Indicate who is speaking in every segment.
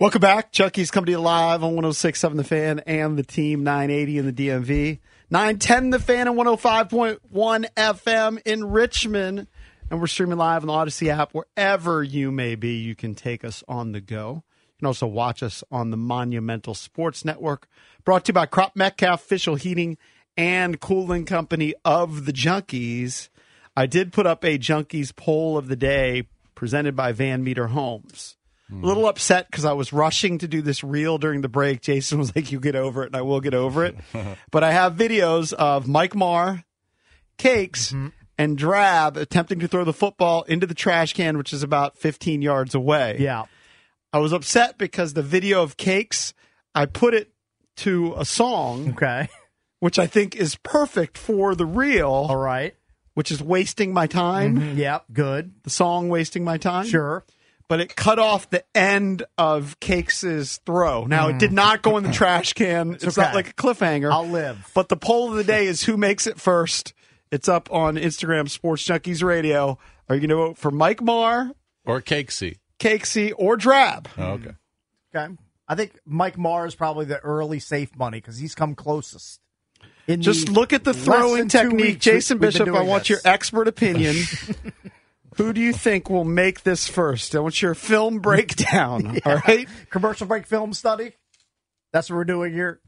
Speaker 1: Welcome back. Chucky's coming to you live on 1067 The Fan and the Team 980 in the DMV. 910 The Fan and 105.1 FM in Richmond. And we're streaming live on the Odyssey app. Wherever you may be, you can take us on the go. You can also watch us on the Monumental Sports Network. Brought to you by Crop Metcalf Official Heating and Cooling Company of the Junkies. I did put up a Junkies poll of the day presented by Van Meter Homes. A little upset because I was rushing to do this reel during the break. Jason was like, You get over it, and I will get over it. but I have videos of Mike Marr, Cakes,
Speaker 2: Mm-hmm.
Speaker 1: and Drab attempting to throw the football into the trash can, which is about 15 yards away.
Speaker 2: Yeah.
Speaker 1: I was upset because the video of Cakes, I put it to a song
Speaker 2: Okay.
Speaker 1: which I think is perfect for the
Speaker 2: All
Speaker 1: reel,
Speaker 2: right.
Speaker 1: which is wasting my time.
Speaker 2: Yep. Good.
Speaker 1: The song wasting my time.
Speaker 2: Sure.
Speaker 1: But it cut off the end of Cakes' throw. Now it did not go in the trash can. It's, not
Speaker 2: Hmm. okay.
Speaker 1: like a cliffhanger.
Speaker 2: I'll live.
Speaker 1: But the poll of the day is who makes it first. It's up on Instagram Sports Junkies Radio. Are you going to vote for Mike Marr,
Speaker 3: Or Cakesy.
Speaker 1: Cakesy, or Drab?
Speaker 3: Oh, okay.
Speaker 2: Okay. I think Mike Marr is probably the early safe money because he's come closest. In
Speaker 1: Just look at the
Speaker 2: less
Speaker 1: throwing
Speaker 2: than two
Speaker 1: technique.
Speaker 2: weeks we-
Speaker 1: Jason
Speaker 2: we've been
Speaker 1: Bishop, I
Speaker 2: doing
Speaker 1: want
Speaker 2: this.
Speaker 1: your expert opinion. Who do you think will make this first? I want your film breakdown. All right.
Speaker 2: commercial break film study. That's what we're doing here.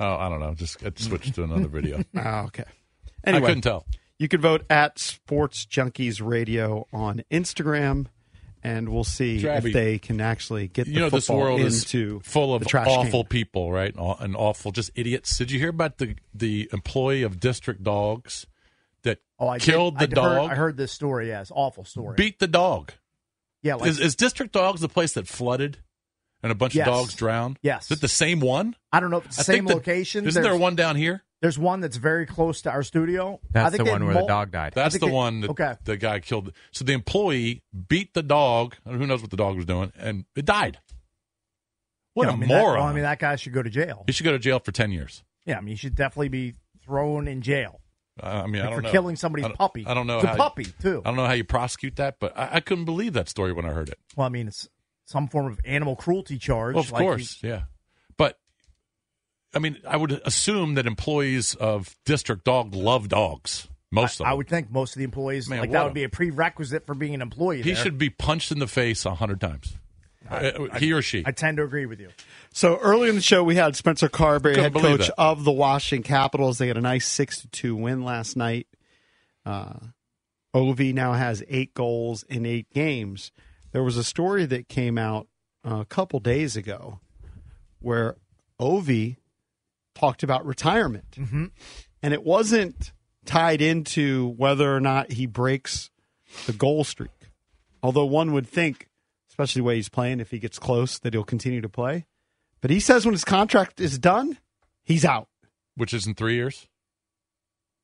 Speaker 3: Oh, I don't know. Just I switched to another video.
Speaker 1: Oh, okay.
Speaker 3: I
Speaker 1: Anyway,
Speaker 3: couldn't tell.
Speaker 1: you could vote at Sports Junkies Radio on Instagram, and we'll see
Speaker 3: Drabby.
Speaker 1: if they can actually get the
Speaker 3: You know,
Speaker 1: football
Speaker 3: this world is
Speaker 1: into
Speaker 3: full of
Speaker 1: the trash
Speaker 3: awful
Speaker 1: can.
Speaker 3: people, right? Aw- And awful, just idiots. Did you hear about the the employee of District Dogs that
Speaker 2: Oh, I did-
Speaker 3: killed
Speaker 2: I
Speaker 3: the
Speaker 2: heard-
Speaker 3: dog,
Speaker 2: I heard this story. Yes, awful story.
Speaker 3: beat the dog?
Speaker 2: yeah, like,
Speaker 3: is, is District Dogs the place that flooded and a bunch
Speaker 2: Yes.
Speaker 3: of dogs drowned?
Speaker 2: Yes.
Speaker 3: Is it the same one?
Speaker 2: I don't know if it's the
Speaker 3: I
Speaker 2: same
Speaker 3: think that-
Speaker 2: location.
Speaker 3: Isn't there
Speaker 2: There's-
Speaker 3: one down here?
Speaker 2: There's one that's very close to our studio. I
Speaker 4: That's
Speaker 2: think
Speaker 4: the
Speaker 2: they
Speaker 4: one where
Speaker 2: mul-
Speaker 4: the dog died.
Speaker 3: That's
Speaker 2: think
Speaker 3: the
Speaker 2: they-
Speaker 3: one that
Speaker 2: okay.
Speaker 3: the guy killed. So the employee beat the dog. and Who knows what the dog was doing? And it died. What
Speaker 2: Yeah,
Speaker 3: a
Speaker 2: I mean, that-
Speaker 3: moron!
Speaker 2: well, I mean, that guy should go to jail.
Speaker 3: he should go to jail for ten years.
Speaker 2: Yeah, I mean, he should definitely be thrown in jail
Speaker 3: I- Uh, I mean, I
Speaker 2: like,
Speaker 3: don't
Speaker 2: for
Speaker 3: know.
Speaker 2: killing somebody's
Speaker 3: I don't-
Speaker 2: puppy.
Speaker 3: I don't know.
Speaker 2: It's a
Speaker 3: how you-
Speaker 2: puppy too.
Speaker 3: I don't know how you prosecute that, but I, I couldn't believe that story when I heard it.
Speaker 2: Well, I mean, it's some form of animal cruelty charge.
Speaker 3: Well, of
Speaker 2: like
Speaker 3: course, yeah. But I mean, I would assume that employees of District Dog love dogs.
Speaker 2: you-
Speaker 3: Most of
Speaker 2: I, I
Speaker 3: them.
Speaker 2: would think most of the employees
Speaker 3: Man,
Speaker 2: like
Speaker 3: what
Speaker 2: that
Speaker 3: a-
Speaker 2: would be a prerequisite for being an employee.
Speaker 3: he
Speaker 2: there.
Speaker 3: should be punched in the face a hundred times. Uh, he or she.
Speaker 2: I tend to agree with you.
Speaker 1: So early in the show, we had Spencer Carberry, head
Speaker 3: Couldn't believe
Speaker 1: coach
Speaker 3: that.
Speaker 1: of the Washington Capitals. They had a nice six to two win last night. Uh, Ovi now has eight goals in eight games. There was a story that came out uh, a couple days ago where Ovi talked about retirement,
Speaker 3: Mm-hmm.
Speaker 1: and it wasn't tied into whether or not he breaks the goal streak. Although one would think, especially the way he's playing, if he gets close, that he'll continue to play. But he says when his contract is done, he's out.
Speaker 3: which is in three years.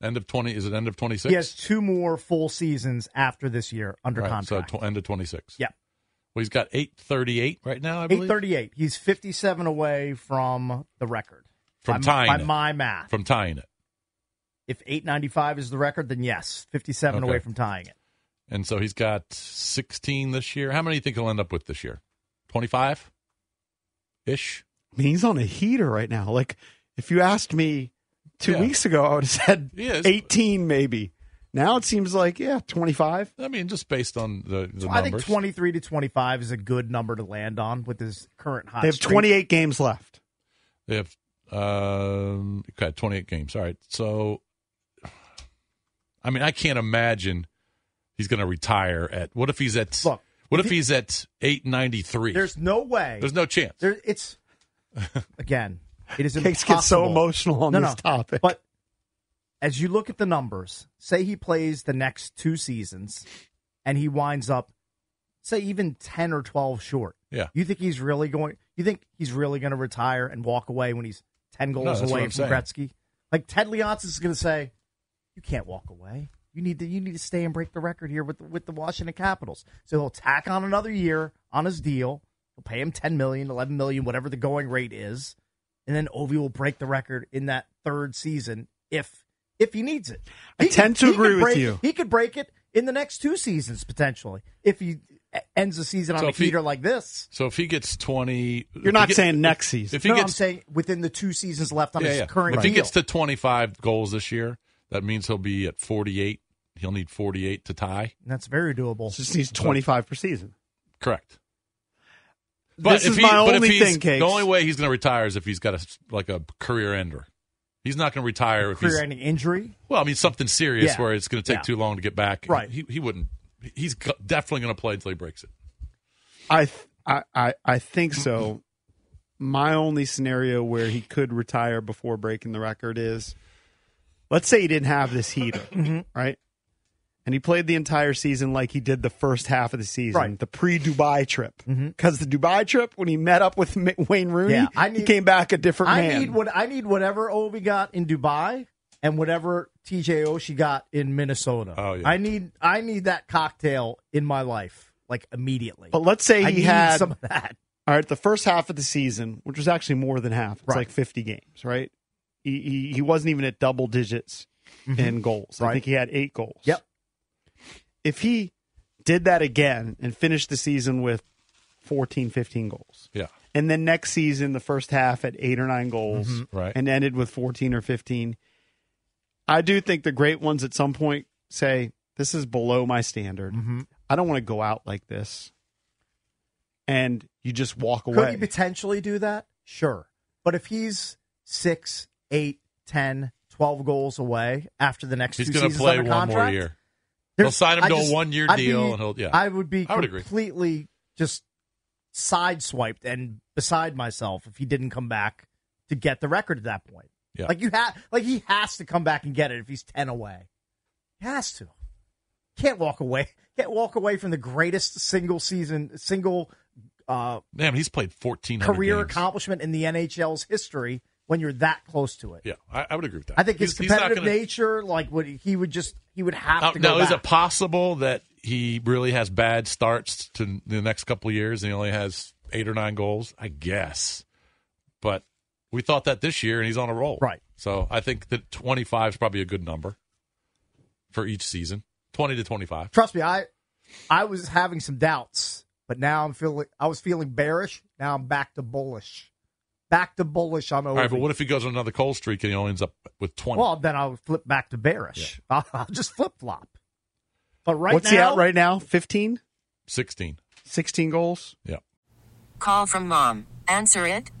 Speaker 3: End of twenty is it end of twenty six?
Speaker 2: He has two more full seasons after this year under contract.
Speaker 3: So tw- end of twenty six.
Speaker 2: Yeah.
Speaker 3: Well, he's got eight thirty eight right now. I believe
Speaker 2: Eight thirty-eight. He's fifty-seven away from the record. by,
Speaker 3: From tying
Speaker 2: by
Speaker 3: it.
Speaker 2: my math,
Speaker 3: from tying it,
Speaker 2: if eight ninety-five is the record, then yes, fifty-seven
Speaker 3: Okay.
Speaker 2: away from tying it.
Speaker 3: and so he's got sixteen this year. How many do you think he'll end up with this year? Twenty five, ish.
Speaker 1: I mean, he's on a heater right now. Like, if you asked me two
Speaker 3: Yeah.
Speaker 1: weeks ago, I would have said
Speaker 3: He is.
Speaker 1: 18 maybe. Now it seems like yeah, twenty five.
Speaker 3: I mean, just based on the, the
Speaker 2: I
Speaker 3: numbers.
Speaker 2: think 23 to 25 is a good number to land on with this current hot
Speaker 1: They have
Speaker 2: streak.
Speaker 1: twenty eight games left.
Speaker 3: They have um, okay, 28 games. All right. So, I mean, I can't imagine he's going to retire at. What if he's at?
Speaker 2: Look,
Speaker 3: what
Speaker 2: if
Speaker 3: if he's at 893?
Speaker 2: There's no way.
Speaker 3: There's no chance.
Speaker 2: There, it's again, it is
Speaker 1: Cakes
Speaker 2: impossible.
Speaker 1: get so emotional on
Speaker 2: no,
Speaker 1: this
Speaker 2: no.
Speaker 1: topic.
Speaker 2: But as you look at the numbers, say he plays the next two seasons, and he winds up, say even ten or twelve short.
Speaker 3: Yeah.
Speaker 2: You think he's really going? You think he's really going to retire and walk away when he's ten goals
Speaker 3: that's what
Speaker 2: away
Speaker 3: I'm
Speaker 2: from
Speaker 3: saying.
Speaker 2: Gretzky? Like Ted Leonsis is going to say, "You can't walk away. You need to you need to stay and break the record here with the, with the Washington Capitals." So he'll tack on another year on his deal. He'll pay him 10 million, 11 million, whatever the going rate is, and then Ovi will break the record in that third season if if he needs it.
Speaker 1: I
Speaker 2: He
Speaker 1: tend to
Speaker 2: he
Speaker 1: agree with
Speaker 2: break-
Speaker 1: you.
Speaker 2: He could break it in the next two seasons potentially if he e- ends the season on
Speaker 3: So
Speaker 2: a
Speaker 3: if he-
Speaker 2: heater like this.
Speaker 3: so if he gets 20, if he
Speaker 1: You're not
Speaker 3: get-
Speaker 1: saying next season.
Speaker 3: If he
Speaker 2: no, I'm
Speaker 3: gets
Speaker 2: saying within the two seasons left on
Speaker 3: yeah,
Speaker 2: his
Speaker 3: yeah.
Speaker 2: current
Speaker 3: if
Speaker 2: deal.
Speaker 3: he gets to 25 goals this year, that means he'll be at 48. He'll need 48 to tie.
Speaker 2: That's very doable.
Speaker 1: just needs twenty five per season.
Speaker 3: Correct.
Speaker 1: This is my
Speaker 3: but if
Speaker 1: only
Speaker 3: he's-
Speaker 1: thing, Cakes.
Speaker 3: The only way he's going to retire is if he's got a like a career ender. He's not going to retire if he's
Speaker 2: Career-ending injury.
Speaker 3: well. I mean, something serious
Speaker 2: Yeah.
Speaker 3: where it's going to take
Speaker 2: Yeah.
Speaker 3: too long to get back.
Speaker 2: Right.
Speaker 3: He he wouldn't. He's go- definitely going to play until he breaks it.
Speaker 1: I th- I I, I think so. My only scenario where he could retire before breaking the record is, let's say he didn't have this heater,
Speaker 2: Mm-hmm.
Speaker 1: right? And he played the entire season like he did the first half of the season,
Speaker 2: Right. Mm-hmm.
Speaker 1: the pre-Dubai trip. Because the Dubai trip, when he met up with Ma- Wayne Rooney,
Speaker 2: Yeah, I
Speaker 1: he
Speaker 2: need-
Speaker 1: came back a different
Speaker 2: I
Speaker 1: man.
Speaker 2: need what I need whatever Obi got in Dubai and whatever TJ Oshie got in Minnesota.
Speaker 3: Oh, yeah.
Speaker 2: I need I need that cocktail in my life like immediately.
Speaker 1: but let's say
Speaker 2: I
Speaker 1: he
Speaker 2: need
Speaker 1: had
Speaker 2: some of that.
Speaker 1: All right, the first half of the season, which was actually more than half, it's
Speaker 2: Right.
Speaker 1: like 50 games, right? He, he, he wasn't even at double digits in goals. I
Speaker 2: Mm-hmm. Right.
Speaker 1: think he had eight goals.
Speaker 2: Yep.
Speaker 1: If he did that again and finished the season with 14, 15 goals,
Speaker 3: Yeah.
Speaker 1: and then next season, the first half at eight or nine goals,
Speaker 3: Mm-hmm. Right.
Speaker 1: and ended with 14 or 15, I do think the great ones at some point say, This is below my standard.
Speaker 3: Mm-hmm.
Speaker 1: I don't want to go out like this. And you just walk
Speaker 2: Could
Speaker 1: away.
Speaker 2: he potentially do that? Sure. But if he's six, eight, ten, twelve goals away after the next
Speaker 3: He's
Speaker 2: two
Speaker 3: going
Speaker 2: seasons
Speaker 3: to play
Speaker 2: under
Speaker 3: one
Speaker 2: contract,
Speaker 3: more year.
Speaker 2: there's-
Speaker 3: They'll sign him
Speaker 2: I
Speaker 3: to a
Speaker 2: just-
Speaker 3: one-year
Speaker 2: I'd
Speaker 3: deal
Speaker 2: be-
Speaker 3: and he'll- yeah.
Speaker 2: I would be
Speaker 3: I would agree.
Speaker 2: completely just sideswiped and beside myself if he didn't come back to get the record at that point.
Speaker 3: Yeah.
Speaker 2: Like you have, like he has to come back and get it if he's ten away. He has to. Can't walk away. Can't walk away from the greatest single season, single uh,
Speaker 3: Damn, he's played 14
Speaker 2: career
Speaker 3: games.
Speaker 2: accomplishment in the NHL's history when you're that close to it.
Speaker 3: Yeah, I, I would agree with that.
Speaker 2: I think his
Speaker 3: He's- he's not
Speaker 2: competitive
Speaker 3: gonna-
Speaker 2: nature, like would he would just he would have
Speaker 3: Now,
Speaker 2: to go
Speaker 3: now,
Speaker 2: back.
Speaker 3: is it possible that he really has bad starts to the next couple of years and he only has eight or nine goals? I guess. But we thought that this year and he's on a roll.
Speaker 2: Right.
Speaker 3: So I think that 25 is probably a good number for each season 20 to 25.
Speaker 2: trust me, I I was having some doubts, but now I'm feeling I was feeling bearish. Now I'm back to bullish, back to bullish on Ovi.
Speaker 3: All right, but what if he goes on another cold streak and he only ends up with 20?
Speaker 2: well, then I'll flip back to bearish. I'll, I'll just flip flop. But right
Speaker 1: What's
Speaker 2: now,
Speaker 1: he at right now? 15?
Speaker 3: 16.
Speaker 1: 16 goals?
Speaker 3: Yeah.
Speaker 5: Call from mom. Answer it.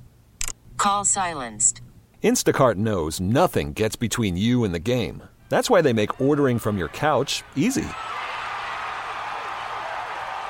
Speaker 5: Call silenced.
Speaker 6: Instacart knows nothing gets between you and the game. That's why they make ordering from your couch easy.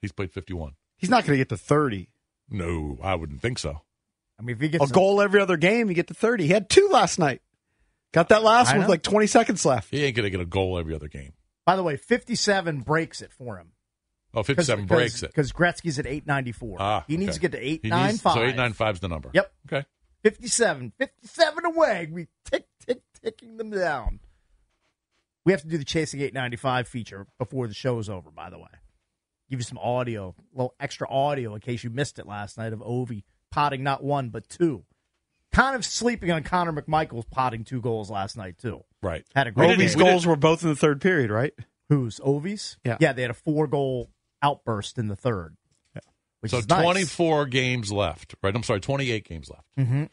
Speaker 3: He's played 51.
Speaker 1: He's not going to get to 30.
Speaker 3: No, I wouldn't think so.
Speaker 2: I mean, if he
Speaker 1: A
Speaker 2: gets
Speaker 1: goal every other game, you get to 30. He had two last night. Got that last
Speaker 2: I
Speaker 1: one with
Speaker 2: know.
Speaker 1: like 20 seconds left.
Speaker 3: He ain't going to get a goal every other game.
Speaker 2: by the way, fifty-seven breaks it for him.
Speaker 3: Oh, 57 breaks it.
Speaker 2: because Gretzky's at eight ninety-four.
Speaker 3: Ah,
Speaker 2: he needs
Speaker 3: okay.
Speaker 2: to get to eight
Speaker 3: He
Speaker 2: nine
Speaker 3: needs-
Speaker 2: five.
Speaker 3: So 895 is the number.
Speaker 2: Yep.
Speaker 3: Okay.
Speaker 2: 57, 57 away. We tick, tick, ticking them down. We have to do the Chasing 895 feature before the show is over, by the way. Give you some audio, a little extra audio in case you missed it last night of Ovi potting not one, but two. Kind of sleeping on Connor McMichael's potting two goals last night, too.
Speaker 3: Right.
Speaker 2: Had a
Speaker 3: We
Speaker 2: great
Speaker 3: didn't-
Speaker 1: Ovi's
Speaker 2: game.
Speaker 3: we
Speaker 1: goals were both in the third period, right?
Speaker 2: Who's Ovi's?
Speaker 1: Yeah.
Speaker 2: Yeah, they had a four goal outburst in the third. Which
Speaker 3: so
Speaker 2: is nice.
Speaker 3: 24 games left, right? I'm sorry, 28 games left.
Speaker 2: Mhm.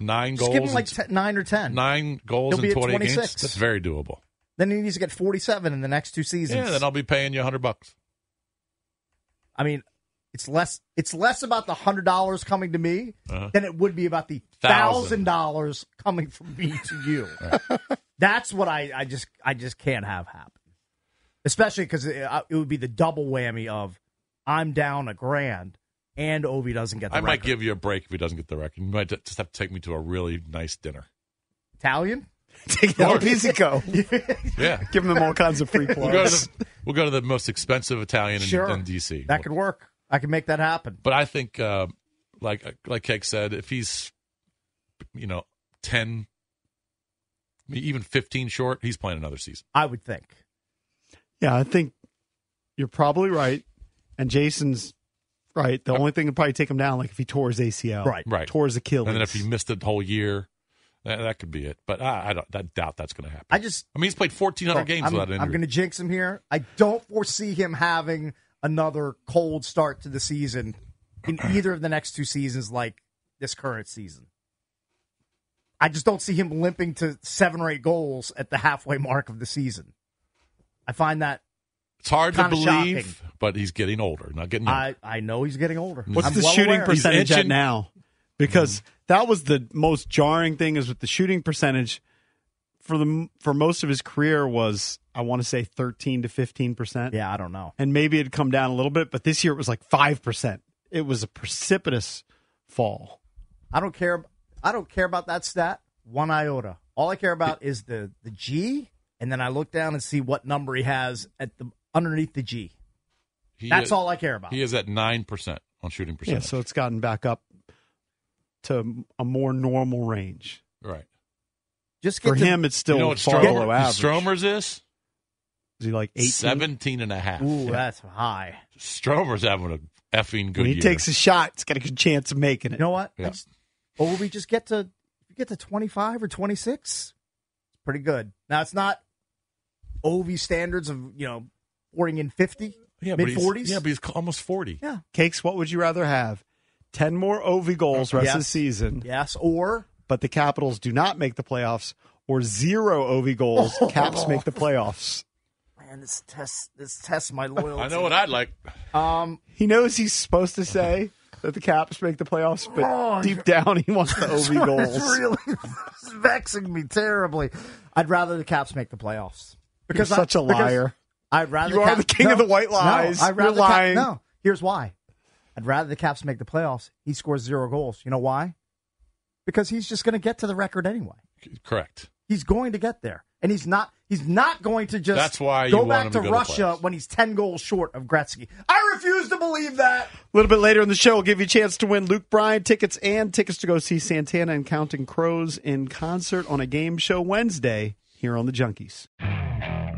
Speaker 3: Nine
Speaker 2: Just
Speaker 3: goals.
Speaker 2: give him
Speaker 3: in
Speaker 2: like
Speaker 3: t-
Speaker 2: te- nine or 10.
Speaker 3: nine goals
Speaker 2: He'll be
Speaker 3: in
Speaker 2: at
Speaker 3: 20 games.
Speaker 2: 26.
Speaker 3: That's very doable.
Speaker 2: Then he needs to get 47 in the next two seasons.
Speaker 3: Yeah, then I'll be paying you 100 bucks.
Speaker 2: I mean, it's less it's less about the hundred dollars coming to me
Speaker 3: Uh-huh.
Speaker 2: than it would be about the
Speaker 3: Thousand.
Speaker 2: thousand dollars coming from me to you. That's what I, I just I just can't have happen. Especially because it, I- it would be the double whammy of I'm down a grand and Ovi doesn't get the
Speaker 3: I might
Speaker 2: record.
Speaker 3: give you a break if he doesn't get the record. You might just have to take me to a really nice dinner.
Speaker 2: Italian.
Speaker 1: Take El Pizzico.
Speaker 3: Yeah.
Speaker 1: Give him all kinds of free
Speaker 3: We'll go, to
Speaker 1: plugs.
Speaker 3: the, we'll go to the most expensive Italian in,
Speaker 2: sure,
Speaker 3: in D.C.
Speaker 2: That could work. I can make that happen.
Speaker 3: But I think, uh, like like Keg said, if he's, you know, ten, even fifteen short, he's playing another season.
Speaker 2: I would think.
Speaker 1: Yeah, I think you're probably right. And Jason's right. The only thing that probably take him down, like if he tore his ACL,
Speaker 2: Uh, Right.
Speaker 3: Right.
Speaker 1: tore his Achilles,
Speaker 3: And then if he missed a whole year, that, that could be it. But I, I, don't, I doubt that's going to happen.
Speaker 2: I just
Speaker 3: I mean, he's played fourteen hundred
Speaker 2: Look,
Speaker 3: games
Speaker 2: I'm,
Speaker 3: without an injury.
Speaker 2: I'm going to jinx him here. I don't foresee him having another cold start to the season in either of the next two seasons, like this current season. I just don't see him limping to seven or eight goals at the halfway mark of the season. I find that
Speaker 3: it's hard to
Speaker 2: kinda
Speaker 3: believe,
Speaker 2: shocking.
Speaker 3: but he's getting older, not getting younger.
Speaker 2: I, I know he's getting older.
Speaker 1: What's
Speaker 2: I'm
Speaker 1: the
Speaker 2: well
Speaker 1: shooting
Speaker 2: aware.
Speaker 3: perc-
Speaker 1: percentage at
Speaker 3: itching.
Speaker 1: now? Because
Speaker 3: Mm-hmm.
Speaker 1: that was the most jarring thing is with the shooting percentage for the for most of his career was I want to say 13 to 15 percent.
Speaker 2: Yeah, I don't know.
Speaker 1: and maybe it had come down a little bit, but this year it was like five percent. It was a precipitous fall.
Speaker 2: I don't care. I don't care about that stat one iota. All I care about is the the G, and then I look down and see what number he has at the underneath the G.
Speaker 3: He
Speaker 2: That's
Speaker 3: is-
Speaker 2: all I care about.
Speaker 3: He is at nine percent on shooting
Speaker 1: Yeah,
Speaker 3: percentage.
Speaker 1: so it's gotten back up to a more normal range.
Speaker 3: right.
Speaker 2: Just get
Speaker 1: For
Speaker 2: to-
Speaker 1: him, it's still
Speaker 3: you know what
Speaker 1: far
Speaker 3: Stromer-
Speaker 1: below average.
Speaker 3: Stromer's is?
Speaker 1: Is he like 18?
Speaker 3: 17 and a half.
Speaker 2: Ooh, that's high.
Speaker 3: Stromer's having a effing good
Speaker 1: When he
Speaker 3: year.
Speaker 1: takes a shot, it's got a good chance of making
Speaker 2: You
Speaker 1: it.
Speaker 2: know what?
Speaker 3: Yeah.
Speaker 2: I just- Or will we just get to we get to twenty five or twenty six? It's pretty good. Now it's not OV standards of you know pouring in fifty,
Speaker 3: yeah, but
Speaker 2: mid
Speaker 3: he's-
Speaker 2: forties.
Speaker 3: Yeah, but he's almost 40.
Speaker 2: yeah.
Speaker 1: Cakes, what would you rather have? 10 more OV goals rest of the
Speaker 2: Yes.
Speaker 1: season,
Speaker 2: Yes, or
Speaker 1: but the Capitals do not make the playoffs, or zero OV goals, Caps make the playoffs.
Speaker 2: man, this test this tests my loyalty.
Speaker 3: I know what I'd like.
Speaker 2: um
Speaker 1: He knows he's supposed to say that the Caps make the playoffs, but
Speaker 2: Oh,
Speaker 1: deep down he wants the
Speaker 2: It's
Speaker 1: OV goals.
Speaker 2: really it's vexing me terribly. I'd rather the Caps make the playoffs
Speaker 1: You're such a
Speaker 2: because
Speaker 1: liar.
Speaker 2: I'd rather
Speaker 1: You are
Speaker 2: Cap-
Speaker 1: the king of the white lies.
Speaker 2: No, I'd
Speaker 1: You're
Speaker 2: rather Cap-
Speaker 1: lying.
Speaker 2: no, here's why. I'd rather the Caps make the playoffs. He scores zero goals. You know why? Because he's just going to get to the record anyway.
Speaker 3: Correct.
Speaker 2: He's going to get there, and he's not. He's not going to just.
Speaker 3: That's why you
Speaker 2: go
Speaker 3: want
Speaker 2: back
Speaker 3: him to
Speaker 2: to,
Speaker 3: go to
Speaker 2: Russia
Speaker 3: playoffs.
Speaker 2: when he's ten goals short of Gretzky. I refuse to believe that.
Speaker 1: A little bit later in the show, we'll give you a chance to win Luke Bryan tickets and tickets to go see Santana and Counting Crows in concert on a game show Wednesday here on the Junkies.